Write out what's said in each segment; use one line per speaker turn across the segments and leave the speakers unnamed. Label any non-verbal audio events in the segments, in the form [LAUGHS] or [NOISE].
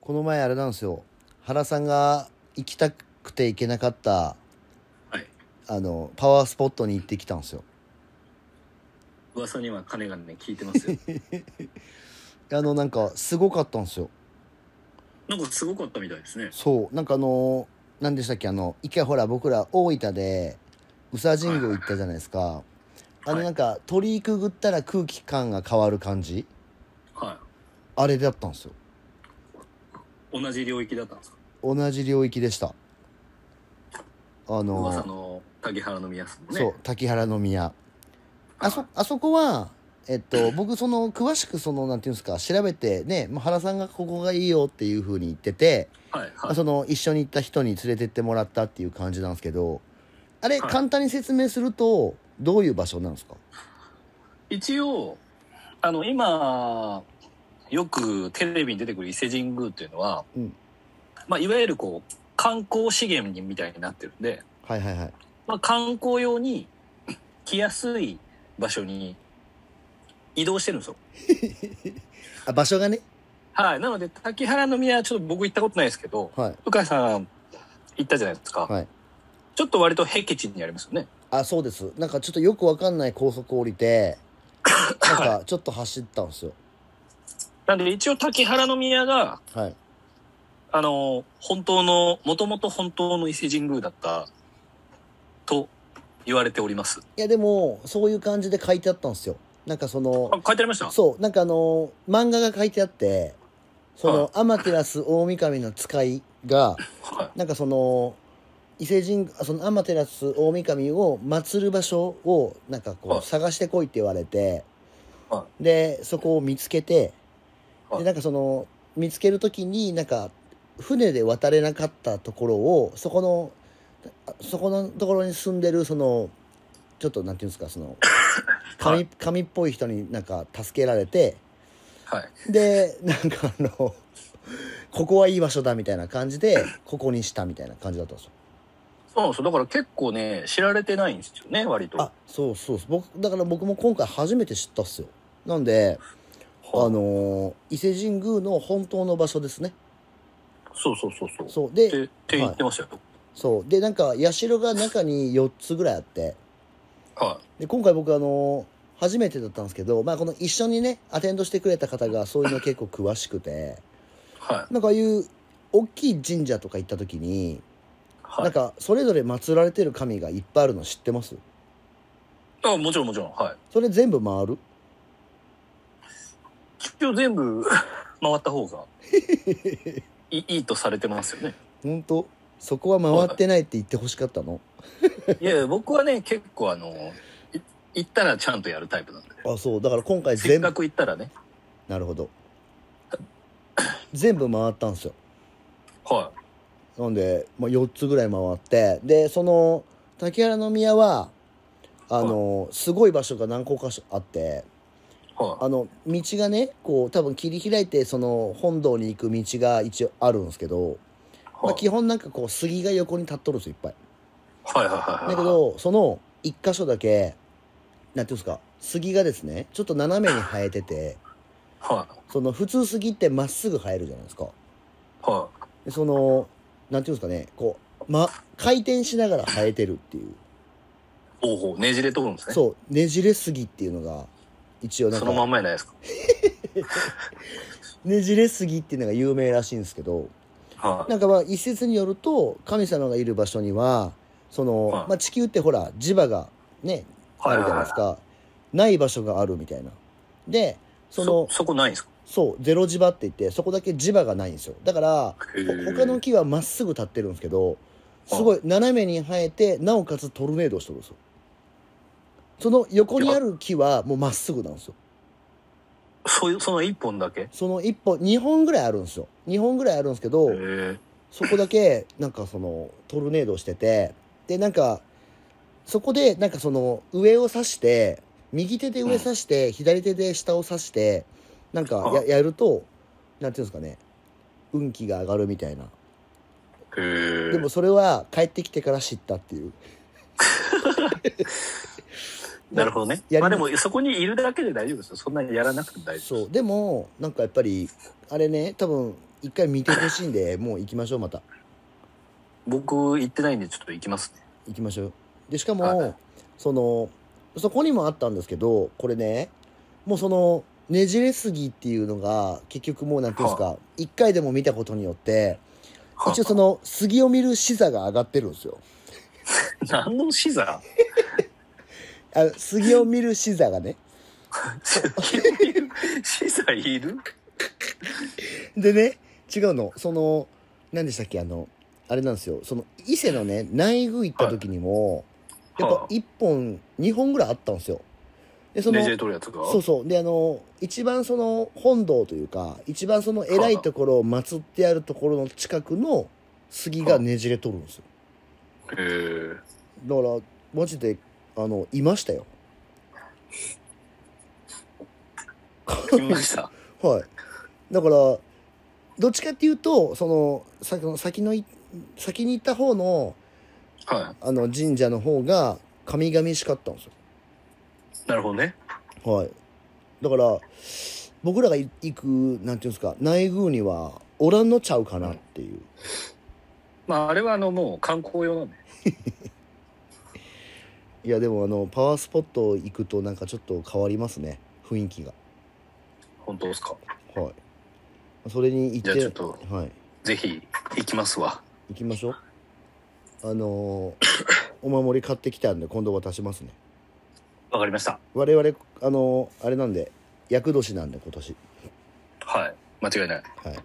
この前あれなんですよ原さんが行きたくて行けなかった
はい。
あのパワースポットに行ってきたんですよ
噂には金がね、聞いて
[LAUGHS]
ますよ。
あのなんかすごかったんですよ
なんかすごかったみたいですね。
そうなんかあの何でしたっけあの一回ほら僕ら大分で宇佐神宮行ったじゃないですかあのなんか鳥居くぐったら空気感が変わる感じ
は
あれだったんですよ
い。同じ領域だったんですか
同じ領域でしたあの
噂の竹原の宮さんもね。
そう滝原の宮あ
は
そ
い
あそこはえっと僕その詳しくそのなんていうんですか調べてね、まあ、原さんがここがいいよっていうふうに言ってて、
はい、
ま
は
あ
い。
その一緒に行った人に連れてってもらったっていう感じなんですけどあれ、
はい
簡単に説明するとどういう場所なんですか
一応、あの、今、よくテレビに出てくる伊勢神宮っていうのは、
うん
まあ、いわゆるこう、観光資源みたいになってるんで、
はいはいはい
まあ、観光用に [CLEARS THROAT] 来やすい場所に移動してるんですよ。
あ場所がね
はい。なので、竹原の宮はちょっと僕行ったことないですけど、
はい
鵜飼さん行ったじゃないですか、
はい
ちょっと割と僻地にありますよね
あそうですなんかちょっとよくわかんない高速降りてなんかちょっと走ったんですよ
[LAUGHS] なんで一応竹原宮が
はい
あの本当のもともと本当の伊勢神宮だったと言われております
いやでもそういう感じで書いてあったんですよなんかその
あ書いてありました
そうなんかあの漫画が書いてあってその、
は
天照大神の使いが
はい
なんかその伊勢神宮その天照大神を祀る場所をなんかこう、
はい
探してこいって言われて、
は
でそこを見つけて、
はい
でなんかその見つける時になんか船で渡れなかったところをそこのあそこのところに住んでるそのちょっとなんていうんですかそ
[LAUGHS]
の神,、
はい
神っぽい人になんか助けられて
はい
でなんかあのここはいい場所だみたいな感じでここにしたみたいな感じだったんですよ
そうなんですよだから結構ね知られてないんですよね割と
あそうそうそう僕だから僕も今回初めて知ったっすよなんであ
はい
のー伊勢神宮の本当の場所ですね
そうそうそうそう
そう
って
で
って言ってましたよ
そうでなんか社が中に4つぐらいあって
は
で今回僕あのー初めてだったんですけど、まあ、この一緒にねアテンドしてくれた方がそういうの結構詳しくて
いはい
なんかああいう大きい神社とか行った時に
はい
なんかそれぞれ祀られてる神がいっぱいあるの知ってます
あもちろんもちろんはい
それ全部回る
一応全部 [LAUGHS] 回った方がいいいとされてますよね
本当そこは回ってないって言ってほしかったの
いやいや僕はね結構あのい行ったらちゃんとやるタイプなんで
あそうだから今回
せっ
全
か
部
く行ったらね
なるほど全部回ったんですよ
は
なんで、まあ、4つぐらい回ってでその竹原の宮はあのすごい場所が何個か所あって
いは
あの道がねこう多分切り開いてその本堂に行く道が一応あるんですけど、
い
まあ、
はい
基本なんかこう杉が横に立っとるんですよいっぱい
はいはいはい
だけどその一箇所だけなんていうんですか杉がですねちょっと斜めに生えてて
はい
その普通杉ってまっすぐ生えるじゃないですか
は
でそのなんていうんですかねこう、ま、回転しながら生えてるっていう
いほうほうねじれとるんですね
そうねじれ杉っていうのが一応なん
そのま
か
んまやないですか
ねじれ杉っていうのが有名らしいんですけど
はい
なんかまあ一説によると神様がいる場所にはその、
はい
まあ、地球ってほら磁場がねあ
はい
るじゃないですか、ない場所があるみたいなでその
そそこないんですか
そうゼロ磁場って言ってそこだけ磁場がないんですよだから
へー
他の木はまっすぐ立ってるんですけどすごい斜めに生えてなおかつトルネードしてるんですよその横にある木はもうまっすぐなんですよ
そういうその一本だけへ
その1本2本ぐらいあるんですよ2本ぐらいあるんですけど
え
そこだけ [LAUGHS] なんかそのトルネードしててでなんかそこでなんかその上を指して右手で上指して、左手で下を指してなんかや
あ
やるとなんていうんですかね運気が上がるみたいな
へえ
でもそれは帰ってきてから知ったっていう
なるほどね
やり
ま
ま
あでもそこにいるだけで大丈夫ですよそんなにやらなくても大丈夫
そうでもなんかやっぱりあれね多分一回見てほしいんで、もう行きましょう、また。
僕行ってないんでちょっと行きますね。
行きましょう。で、しか
は
も、その、そこにもあったんですけど、これね、もうその、ねじれすぎっていうのが、結局もうなんていうんですか、一回でも見たことによって、一応その、杉を見る視座が上がってるんですよ。
何の視座
あ杉を見る視座がね。
[LAUGHS] 視座いる
でね、違うの。その、何でしたっけ、あの、あれなんですよ。その、伊勢のね、内宮行った時にも、やっ
は
ぱ
あ
一本、二本ぐらいあったんですよ。で、その
レジ、ェ取るやつが
そうそう。で、あの、一番その、本堂というか、一番その偉いところを祀ってあるところの近くの杉がねじれとるんですよ。
へー
だから、マジで、あの、いましたよ。
聞きました。
はい。だから、どっちかっていうと、その、さ先のい、先に行った方の、
は
あの、神社の方が、神々しかったんです
い。なるほどね。
よ。はい。だから、僕らがい行く、なんていうんですか、内宮には、おらんのちゃうかなっていう。
まああれはあのもう観光用なんで。
いや、でもあの、パワースポット行くと、なんかちょっと変わりますね。雰囲気が。
本当ですか。
はい。それに行って、
じゃあちょっ
はい。
ぜひ行きますわ。
行きましょう。あのー [COUGHS] お守り買ってきたんで、今度渡しますね。
わかりました。
我々あのあれなんで厄年なんで今年
はい。間違いない。
はい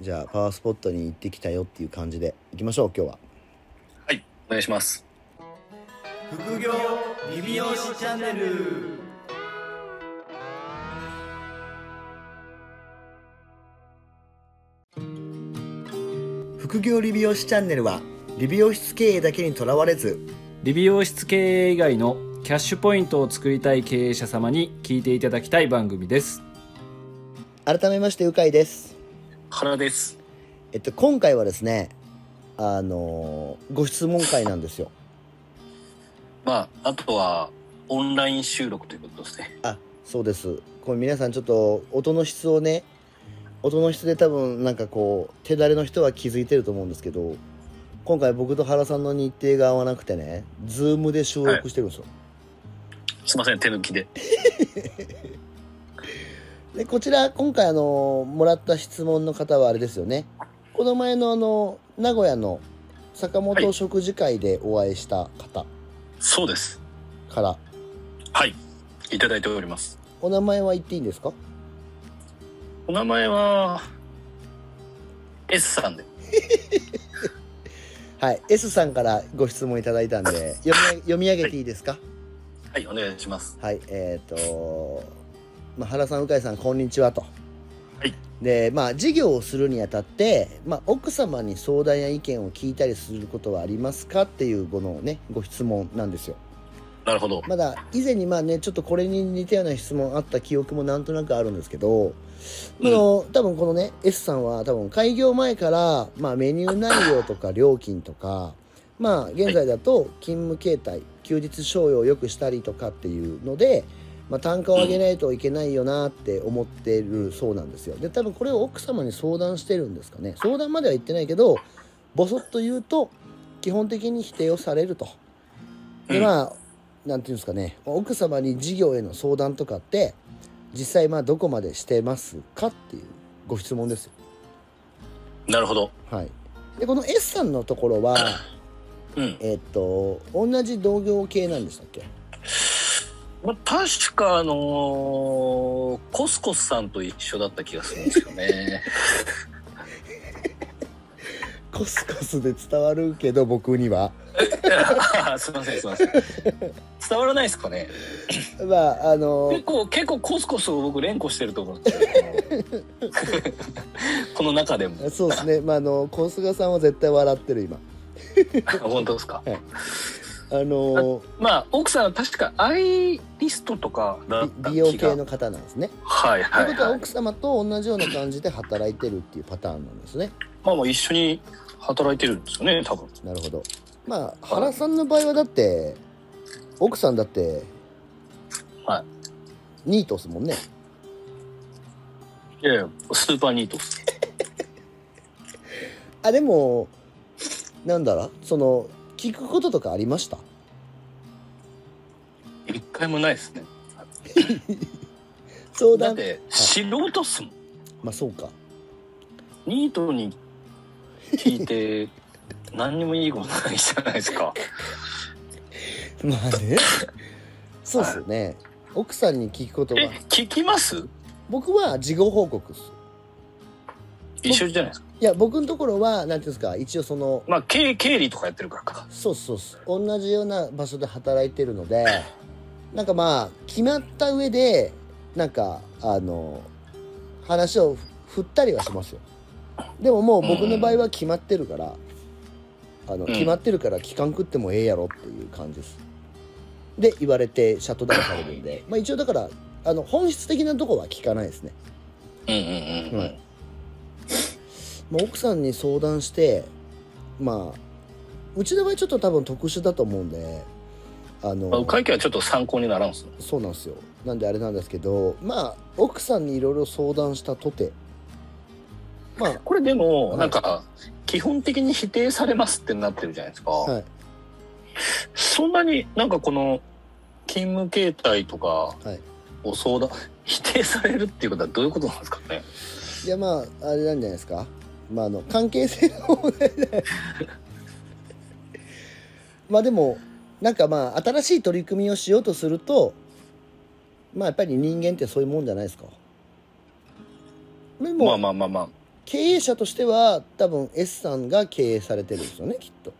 じゃあパワースポットに行ってきたよっていう感じで行きましょう今日は
はい。お願いします。
副業リビオシチャンネル
副業理美容師チャンネルは理美容室経営だけにとらわれず
理美容室経営以外のキャッシュポイントを作りたい経営者様に聞いていただきたい番組です
改めましてうかいです
原です。
えっと今回はですねあのーご質問会なんですよ
まああとはオンライン収録ということですね。
あそうですこれ皆さんちょっと音の質をね音の質で多分なんかこう手だれの人は気づいてると思うんですけど今回僕と原さんの日程が合わなくてねズームで収録してるんですよ、
すいません手抜きで。
でこちら今回あのもらった質問の方はあれですよねこの前のあの名古屋の坂
は
本
い
食事会でお会いした方
そうです。
から、
はい。いただいております。
お名前は言っていいんですか
お名前は S さんで。
はい S さんからご質問いただいたん
[LAUGHS]
で読み読み上げていいですか、
はいお願いします。
はい、えっ、と、まあ、原さん、鵜飼さん、こんにちはと。
はい
で、まあ、事業をするにあたって、まあ、奥様に相談や意見を聞いたりすることはありますかっていう、このね、ご質問なんですよ。
なるほど。
まだ、以前にまあね、ちょっとこれに似たような質問あった記憶もなんとなくあるんですけど、あの、多分このね、S さんは多分開業前から、まあ、メニュー内容とか料金とか、まあ、現在だと勤務形態、休日商用を良くしたりとかっていうので、まあ、単価を上げないといけないよなって思ってるそうなんですよ。で、多分これを奥様に相談してるんですかね。相談までは言ってないけど、ぼそっと言うと、基本的に否定をされると。で、
うん
まあ、なんていうんですかね、奥様に事業への相談とかって、実際まあどこまでしてますかっていうご質問ですよ。
なるほど。
はい。で、この S さんのところは、
うん。
えっと、同じ同業系なんでしたっけ
まあ、確かあのーコスコスさんと一緒だった気がするんですよ
[LAUGHS]
ね。
コスコスで伝わるけど、僕には。
あーすいませんすいません。伝わらないですかね。
まあ、あの
結、構結構コスコスを僕連呼してると思うんですよ。
[LAUGHS]
このこの中でも
そうですね、まあ、あの、コスガさんは絶対笑ってる、今。
本当ですか。
あの、
まあ奥さんは確かアイリストとかだった気が
び美容系の方なんですね。
はい
と
はいいうは
こ
い
とは、奥様と同じような感じで働いてるっていうパターンなんですね。
まあまあ一緒に働いてるんですよね多分
なるほどまあ原さんの場合はだって奥さんだって
はい
ニートっすもんね
いやいや、スーパーニートっす。
あでもなんだろうその聞くこととかありました
一回もないですね。
相
だっ
談
て、素人っすもん。
まあそうか [LAUGHS]
ニートに聞い [LAUGHS] て、何にもいいことないじゃないですか。
まあねそうっすよね奥さんに聞くこと
え
は、
聞きます
僕は事後報告っす
一緒じゃないですか。
いや僕のところはなんていうんですか一応その
まあ、経経理とかやってるからか。
そうそうそう同じような場所で働いてるので [LAUGHS] なんかまあ決まった上でなんかあの話を振ったりはしますよでももう僕の場合は決まってるから、あの
ん
決まってるから期間食ってもええやろっていう感じですで言われてシャットダウンされるんで、まあ、一応だからあの本質的なとこは聞かないですね
うんうんうん。
はいまあ、奥さんに相談してまあうちの場合ちょっと多分特殊だと思うんであの、
まあ、会計はちょっと参考にならんっすね。
そうなんですよなんであれなんですけどまあ奥さんにいろいろ相談したとてまあ
これで
は
も、
い
なんか、基本的に否定されますってなってるじゃないですか。
はい
そんなになんかこの勤務形態とか
はい
を相談、否定されるっていうことはどういうことなんですかね
いやまああれなんじゃないですかまああの関係性の問題で [LAUGHS] まあでもなんかまあ新しい取り組みをしようとするとまあやっぱり人間ってそういうもんじゃないですかでも
まあまあまあまあ。
経営者としては多分 S さんが経営されてるんですよねきっと、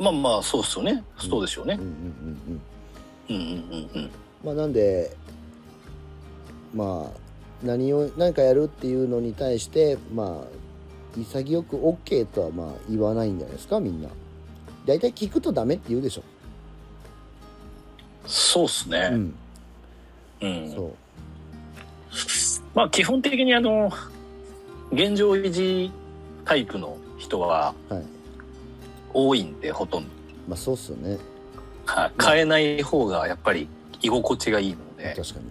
まあまあ、そうっすよね。そうでしょう
うん
ね
うん。うんうん、
うんうんうん
まあなんでまあ何を何かやるっていうのに対してまあ潔く OK とはまあ言わないんじゃないですかみんな大体聞くとダメって言うでしょ、
そうっす
う
ね。
ん、
うん。
そう
まあ基本的にあの、現状維持タイプの人は
はい
多いんで、ほとんど。
まあそうっすよね
はい変えない方がやっぱり居心地がいいので。
確かに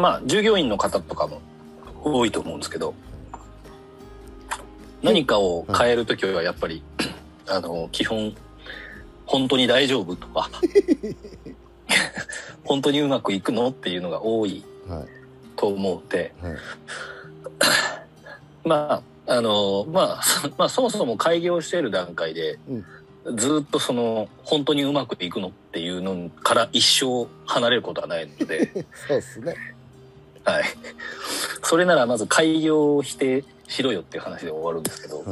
まあ従業員の方とかも多いと思うんですけど何かを変えるときはやっぱり、あの基本本当に大丈夫とか
[LAUGHS]
本当にうまくいくのっていうのが多い
は
と思うんで
いはい
[LAUGHS] まああのまあ [LAUGHS] そ,、まあ、そもそも開業している段階で、ずっとその本当にうまくいくのっていうのから一生離れることはないので。
[LAUGHS] そうっすね
はい。それならまず開業を否定しろよっていう話で終わるんですけど。
はい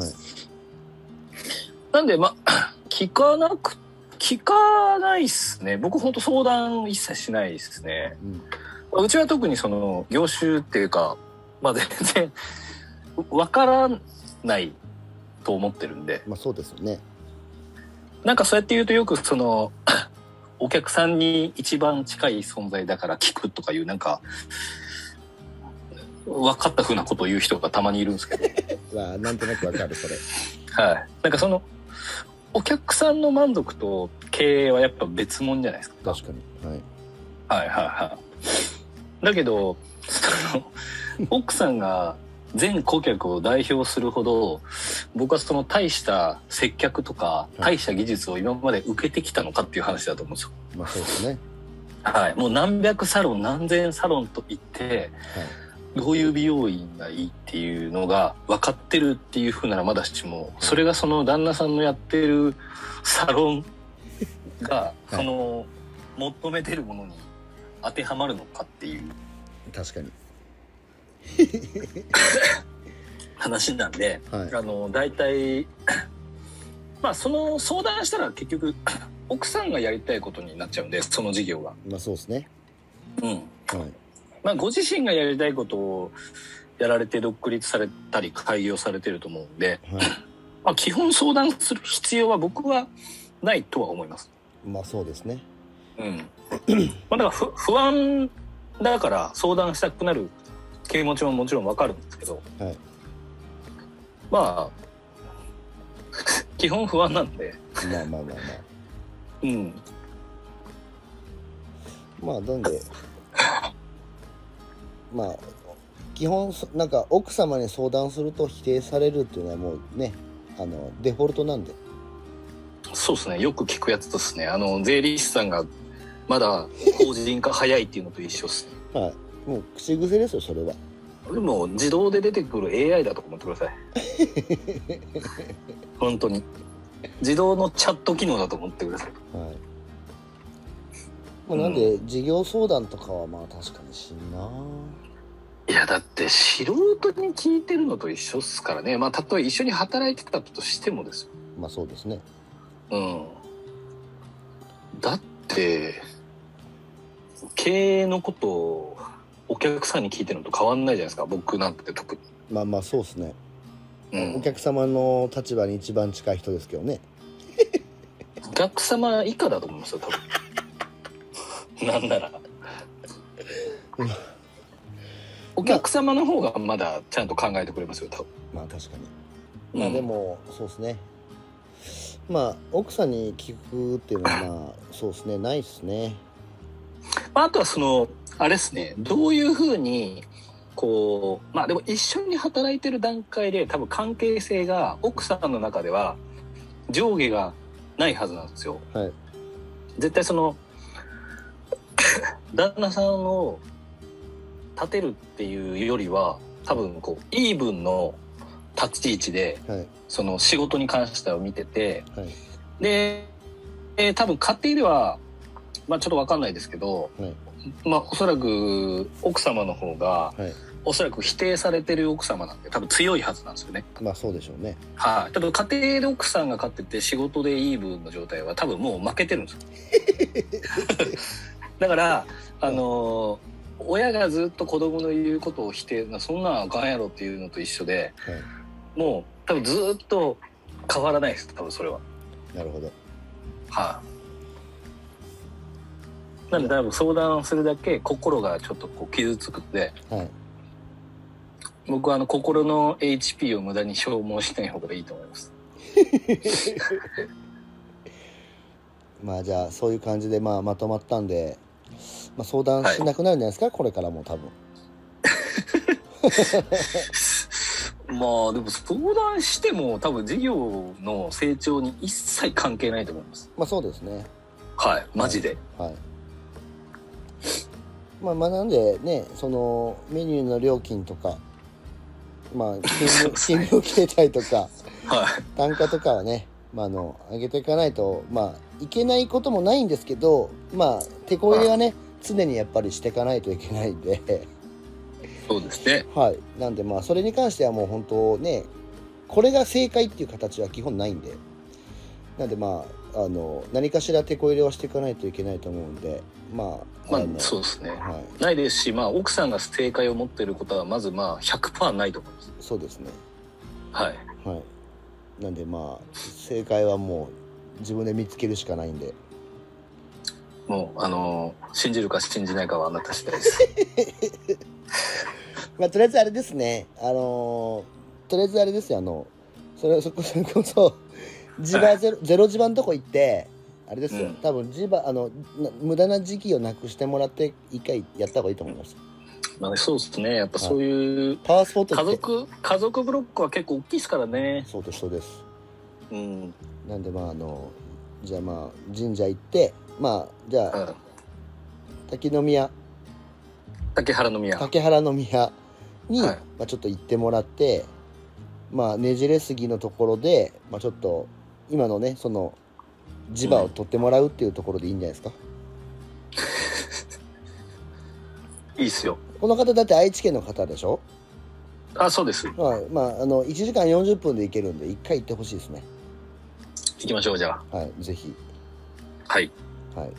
なんで、ま [COUGHS] あ、聞かなく、聞かないっすね。僕ほんと相談一切しないっすね。
うん
うちは特にその、業種っていうか、まあ全然、わからないと思ってるんで。
まあそうですよね
なんかそうやって言うとよくその、お客さんに一番近い存在だから聞くとかいうなんか、分かった風なことを言う人がたまにいるんですけど、
わあなんとなくわかるそれ [LAUGHS]
はい。なんかその、お客さんの満足と経営はやっぱ別物じゃないですか。
確かにはい
はいはいはい。だけど、その、奥さんが全顧客を代表するほど、僕はその大した接客とか、
い
大した技術を今まで受けてきたのかっていう話だと思うんですよ。
まあそうですね
はい、もう何百サロン何千サロンと行って
はい
どういう美容院がいいっていうのが分かってるっていうふうならまだしもそれがその旦那さんのやってるサロンが
い
その求めてるものに当てはまるのかっていう
確かに
話なんで
はい
あの大体まあその相談したら結局奥さんがやりたいことになっちゃうんでその事業が。
まあそうですね
うん
はい
まあ、ご自身がやりたいことをやられて独立されたり開業されてると思うんで、
はい
まあ、基本相談する必要は僕はないとは思います。
まあそうですね
うん、
[CLEARS THROAT]
まあだから不不安だから相談したくなる気持ちももちろんわかるんですけど、
はい
まあ [LAUGHS] 基本不安なんで、
まあまあまあまあ
うん、
[LAUGHS] まあなんでまあ基本そなんか奥様に相談すると否定されるっていうのはもうねあのデフォルトなんで
そうですねよく聞くやつですねあの税理士さんがまだ法人化早いっていうのと一緒ですね
はいもう口癖ですよそれは
でも自動で出てくる AI だと思ってください本当に自動のチャット機能だと思ってください
はい、まあ、なんで、事業相談とかはまあ確かにしんない
やだって素人に聞いてるのと一緒っすからねまあたとえ一緒に働いてたとしてもですよ
まあそうですね
うんだって経営のことをお客さんに聞いてるのと変わんないじゃないですか僕なんて特に、
まあまあそうですね、
うん、
お客様の立場に一番近い人ですけどね
お客様以下だと思いますよ多
[LAUGHS]
分なんなら
うん
お客様の方がまだちゃんと考えてくれますよ多
まあ確かに
分、
まあ
うん
でも、そうですねまあ奥さんに聞くっていうのはまあそうですねないですね
まあ、あとはそのあれですねどういうふうにこうまあでも一緒に働いてる段階で多分関係性が奥さんの中では上下がないはずなんですよ。
はい
絶対その [LAUGHS] 旦那さんを立てるっていうよりは多分こうイーブンの立ち位置で
はい
その仕事に関しては見てて
はい
で、えー多分家庭では、まあ、ちょっと分かんないですけど、
はい
まあ、おそらく奥様の方が、
はい
おそらく否定されてる奥様なんで多分強いはずなんですよね。
まあそうでしょうね
はい、多分家庭で奥さんが勝ってて仕事でイーブンの状態は多分もう負けてる
[LAUGHS]
んですよだからあのー親がずっと子供の言うことを否定なそんなんあかんやろっていうのと一緒で
は
もう多分ずっと変わらないです多分それは。
いなるほど
はい、なんで多分相談するだけ心がちょっとこう傷つくんで
はい
僕はあの心の HP を無駄に消耗しない方がいいと思います
まあじゃあそういう感じでまあまとまったんで、まあ、相談しなくなるんじゃないですか、これからも多分
[LAUGHS] まあでも相談しても多分事業の成長に一切関係ないと思います
まあそうですね
はいマジで、
はいまあまあなんでねそのメニューの料金とかまあ勤 [LAUGHS] 務勤務形態とか
はい
単価とかはね、まあ、あの上げていかないとまあいけないこともないんですけどまあ手こ入れはね常にやっぱりしていかないといけないんで [LAUGHS]
そうですね
はいなんでまあそれに関してはもう本当ねこれが正解っていう形は基本ないんでなんでまああの何かしら手こ入れはしていかないといけないと思うんでまあ
まあ
の
そうですね
はい
ないですしまあ奥さんが正解を持っていることはまずまあ100%ないと思います
そうですね
はい
はいなんでまあ正解はもう自分で見つけるしかないんで
もうあの信じるか信じないかはあなた次第です
まあとりあえずあれですねあのーとりあえずあれですよあのそれそ [LAUGHS] こそれこそ地場ゼロゼロ地盤のとこ行ってあれですよ、
うん
多分地場あのな無駄な時期をなくしてもらって一回やった方がいいと思います
まあそうですねやっぱそういう
パワースポット
家
行って
族家族ブロックは結構大きいですからね
そうですそうです
うん、
なんでまああのじゃあまあ神社行ってまあじゃ
う
あ
ん、
滝の宮
竹原の宮
竹原の宮に、
はい
まあ、ちょっと行ってもらって、まあ、ねじれ杉のところで、まあ、ちょっと今のねその磁場を取ってもらうっていうところでいいんじゃないですか、
いいっすよ
この方だって愛知県の方でしょ、
あそうです
まあまあ、あの1時間40分で行けるんで1回行ってほしいですね
行きましょうじゃあ
はいぜひ
はい
はい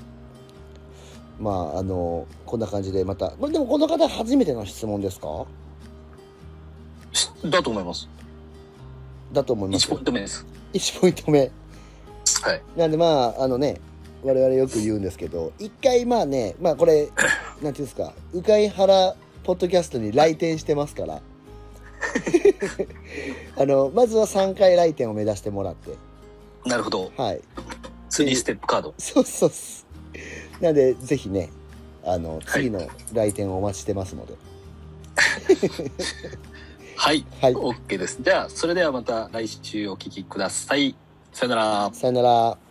まああのこんな感じでまたこれでもこの方初めての質問ですか
しだと思います
だと思います
1ポイント目です
1ポイント目
はい
なんでまああのね我々よく言うんですけど一回まあねまあこれなんていうんですか鵜飼原ポッドキャストに来店してますからあのまずは3回来店を目指してもらって
なるほど
はい
3ステップカード
そうそうっすなんでぜひねあの次の来店をお待ちしてますので、
はい、
はい
OK です。じゃあ、それではまた来週お聞きください。さよなら。
さよなら。